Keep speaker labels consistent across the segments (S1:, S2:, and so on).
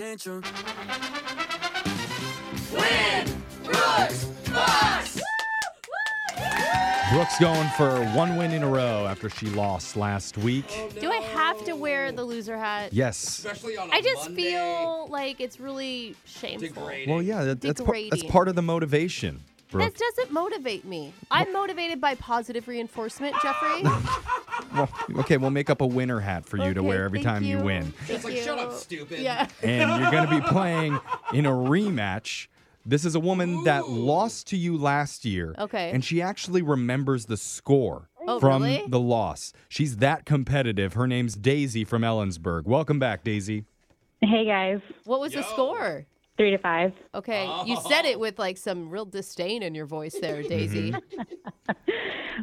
S1: tantrum.
S2: Brooke's going for one win in a row after she lost last week.
S3: Do I have to wear the loser hat?
S2: Yes.
S4: Especially on a
S3: I just
S4: Monday.
S3: feel like it's really shameful.
S4: degrading.
S2: Well, yeah, that, that's, par- that's
S3: Degrading.
S2: part of the motivation. Brooke.
S3: This doesn't motivate me. I'm motivated by positive reinforcement, Jeffrey.
S2: Well, okay, we'll make up a winner hat for you to
S3: Okay,
S2: wear every
S3: thank
S2: time you win.
S3: Thank
S4: like, "Shut up,
S3: you."
S4: stupid."
S3: Yeah.
S2: and you're going to be playing in a rematch. This is a woman that lost to you last year.
S3: Okay.
S2: And she actually remembers the score
S3: Oh,
S2: from
S3: really?
S2: the loss. She's that competitive. Her name's Daisy from Ellensburg. Welcome back, Daisy.
S5: Hey guys,
S3: What was the
S4: Yo.
S3: score?
S5: three to five.
S3: Okay, you said it with like some real disdain in your voice
S2: Mm-hmm.
S3: there, Daisy.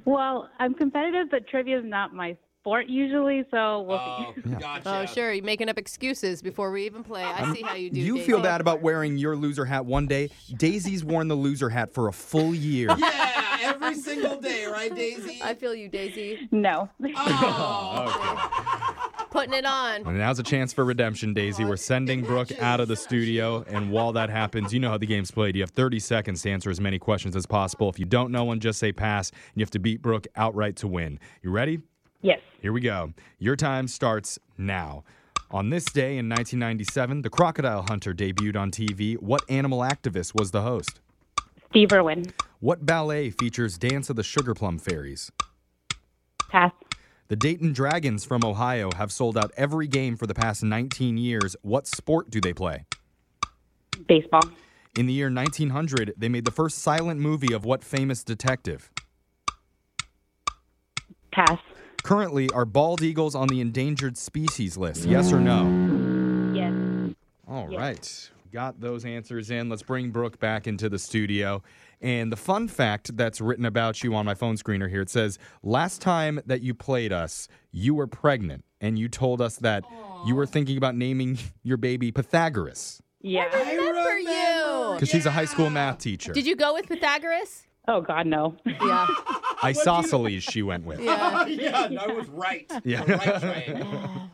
S5: Well, I'm competitive, but trivia is not my sport usually, so we'll
S4: Oh,
S5: see.
S4: gotcha.
S3: Oh, sure, you're making up excuses before we even play. I see how you do.
S2: you
S3: Daisy.
S2: feel bad about wearing your loser hat one day. Daisy's worn the loser hat for a full year.
S4: Yeah, every single day, right, Daisy?
S3: I feel you, Daisy.
S5: No.
S4: Oh,
S3: Putting it on.
S2: Well, now's a chance for redemption, Daisy. We're sending Brooke out of the studio, and while that happens, you know how the game's played. You have 30 seconds to answer as many questions as possible. If you don't know one, just say pass, and you have to beat Brooke outright to win. You ready?
S5: yes.
S2: Here we go. Your time starts now. On this day in 1997, The Crocodile Hunter debuted on TV. What animal activist was the host?
S5: Steve Irwin.
S2: What ballet features Dance of the Sugar Plum Fairies?
S5: Pass.
S2: The Dayton Dragons from Ohio have sold out every game for the past 19 years. What sport do they play?
S5: Baseball.
S2: In the year 1900, they made the first silent movie of what famous detective?
S5: Pass.
S2: Currently, are bald eagles on the endangered species list? Yes or no?
S5: Yes.
S2: All right, Got those answers in. Let's bring Brooke back into the studio. And the fun fact that's written about you on my phone screener here it says, last time that you played us, you were pregnant, and you told us that you were thinking about naming your baby Pythagoras
S5: Yeah.
S3: Remember you.
S2: because she's a high school math teacher.
S3: Did you go with Pythagoras?
S5: Oh God, no.
S3: Yeah.
S2: Isosceles, she went with.
S3: Yeah.
S4: yeah, I was right.
S2: Yeah.
S4: The right way.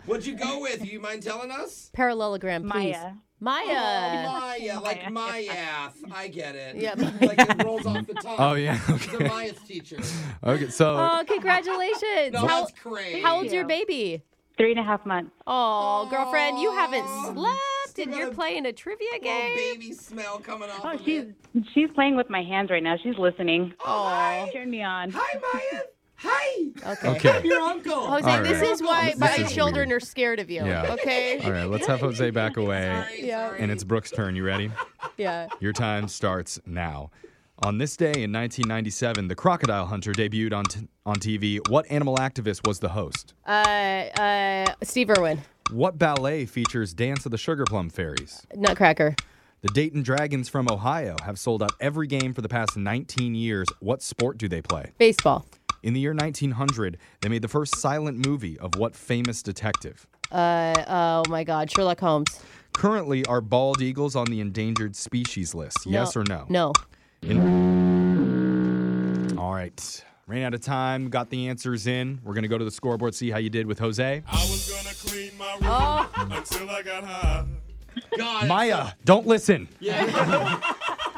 S4: What'd you go with? You mind telling us?
S3: Parallelogram, please.
S5: Maya.
S3: Maya.
S4: Maya, like Maya. I get it.
S3: Yep.
S4: like it rolls off the tongue.
S2: Oh, yeah.
S4: She's a
S2: Okay.
S4: Maya's teacher.
S2: Okay, so.
S3: Oh, congratulations.
S4: No,
S3: how,
S4: that's crazy.
S3: how old's your
S5: you.
S3: baby?
S5: Three and a half months.
S3: Oh, girlfriend, you haven't
S4: Aw.
S3: slept and
S4: got
S3: you're
S4: a
S3: playing a trivia
S4: Little
S3: game.
S4: baby smell coming off
S5: Oh,
S4: of
S5: she's
S4: it.
S5: she's playing with my hands right now. She's listening.
S4: Oh, hi.
S5: Turn me on.
S4: Hi, Maya. Hi.
S3: Okay. Oh,
S4: I'm
S2: Okay.
S4: your uncle.
S3: I was
S2: All
S3: like, this
S2: right.
S3: is why
S2: This
S3: my
S2: is
S3: children
S2: weird.
S3: are scared of you.
S2: Yeah.
S3: Okay.
S2: All right, let's have Jose back away.
S4: Sorry,
S3: Yeah.
S4: sorry.
S2: And it's Brooke's turn. You ready?
S3: Yeah.
S2: Your time starts now. On this day in 1997, The Crocodile Hunter debuted on, t- on TV. What animal activist was the host?
S3: Uh, uh, Steve Irwin,
S2: What ballet features Dance of the Sugar Plum Fairies?
S3: Nutcracker,
S2: The Dayton Dragons from Ohio have sold out every game for the past 19 years. What sport do they play?
S3: baseball,
S2: In the year 1900, they made the first silent movie of what famous detective?
S3: uh, oh my God, Sherlock Holmes.
S2: Currently, are bald eagles on the endangered species list? Yes or no?
S3: No.
S2: In- All right. Ran out of time, got the answers in. We're going to go to the scoreboard, see how you did with Jose.
S6: I was gonna clean my room until I got high.
S4: God.
S2: Maya, don't listen.
S4: Yeah.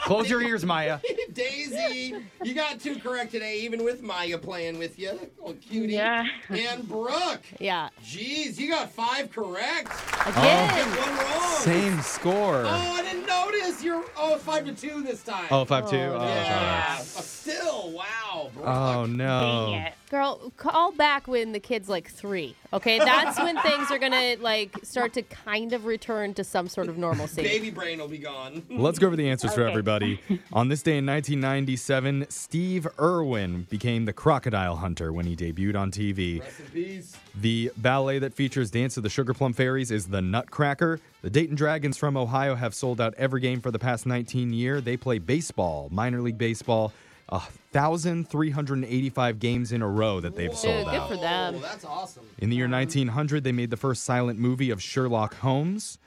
S2: Close your ears, Maya.
S4: Daisy, you got two correct today, even with Maya playing with you. Little cutie.
S5: Yeah.
S4: And Brooke.
S3: Yeah.
S4: Jeez, you got five correct.
S2: Oh.
S3: Again.
S4: One wrong.
S2: Same score.
S4: Oh, I didn't notice. You're oh five to two this time.
S2: Oh, 5 2. Oh,
S4: yeah. But Still, wow. Brooke.
S2: oh,
S5: Dang
S2: no.
S5: it.
S3: Girl, call back when the kid's like three. Okay, that's when things are gonna like start to kind of return to some sort of normalcy.
S4: Baby brain will be gone.
S2: Let's go over the answers for
S5: Okay.
S2: everybody. On this day in 1997, Steve Irwin became the crocodile hunter when he debuted on TV.
S4: Rest in peace.
S2: The ballet that features Dance of the Sugar Plum Fairies is The Nutcracker. The Dayton Dragons from Ohio have sold out every game for the past 19 year. They play baseball, minor league baseball, 1,385 games in a row that they've sold
S3: Dude, good
S2: out.
S3: for them.
S4: Oh, that's awesome.
S2: In the year 1900, they made the first silent movie of Sherlock Holmes.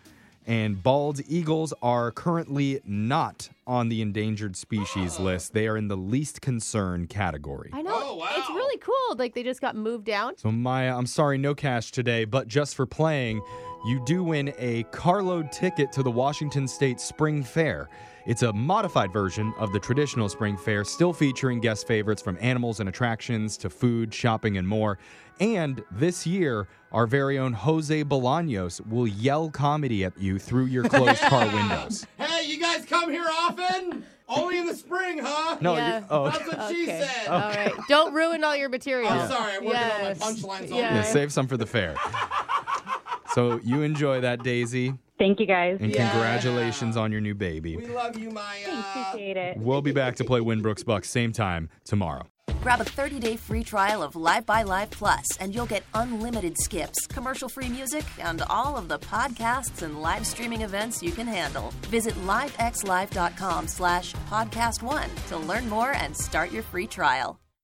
S2: And bald eagles are currently not on the endangered species list. They are in the least concern category.
S3: I know.
S4: Oh, wow.
S3: It's really cool. Like they just got moved down.
S2: So Maya, I'm sorry, no cash today, but just for playing, you do win a carload ticket to the Washington State Spring Fair. It's a modified version of the traditional Spring Fair, still featuring guest favorites from animals and attractions to food, shopping, and more. And this year, our very own Jose Bolaños will yell comedy at you through your closed car windows.
S4: Hey, you guys come here often? Only in the spring, huh?
S2: No, Oh.
S3: Yeah.
S2: you're, oh,
S4: That's what she
S3: Okay.
S4: said.
S3: All right. Don't ruin all your material.
S4: I'm Oh, sorry, I'm working
S3: Yes.
S4: on my punchlines all
S3: Yeah.
S2: Yeah,
S4: day.
S2: save some for the fair. so you enjoy that, Daisy,
S5: Thank you guys.
S2: and
S4: Yeah.
S2: congratulations on your new baby.
S4: We love you, Maya.
S5: Appreciate it.
S2: We'll be back to play Winbrooks Bucks same time tomorrow.
S1: Grab a 30-day free trial of Live by Live Plus, and you'll get unlimited skips, commercial-free music, and all of the podcasts and live streaming events you can handle. Visit livexlive.com slash podcast one to learn more and start your free trial.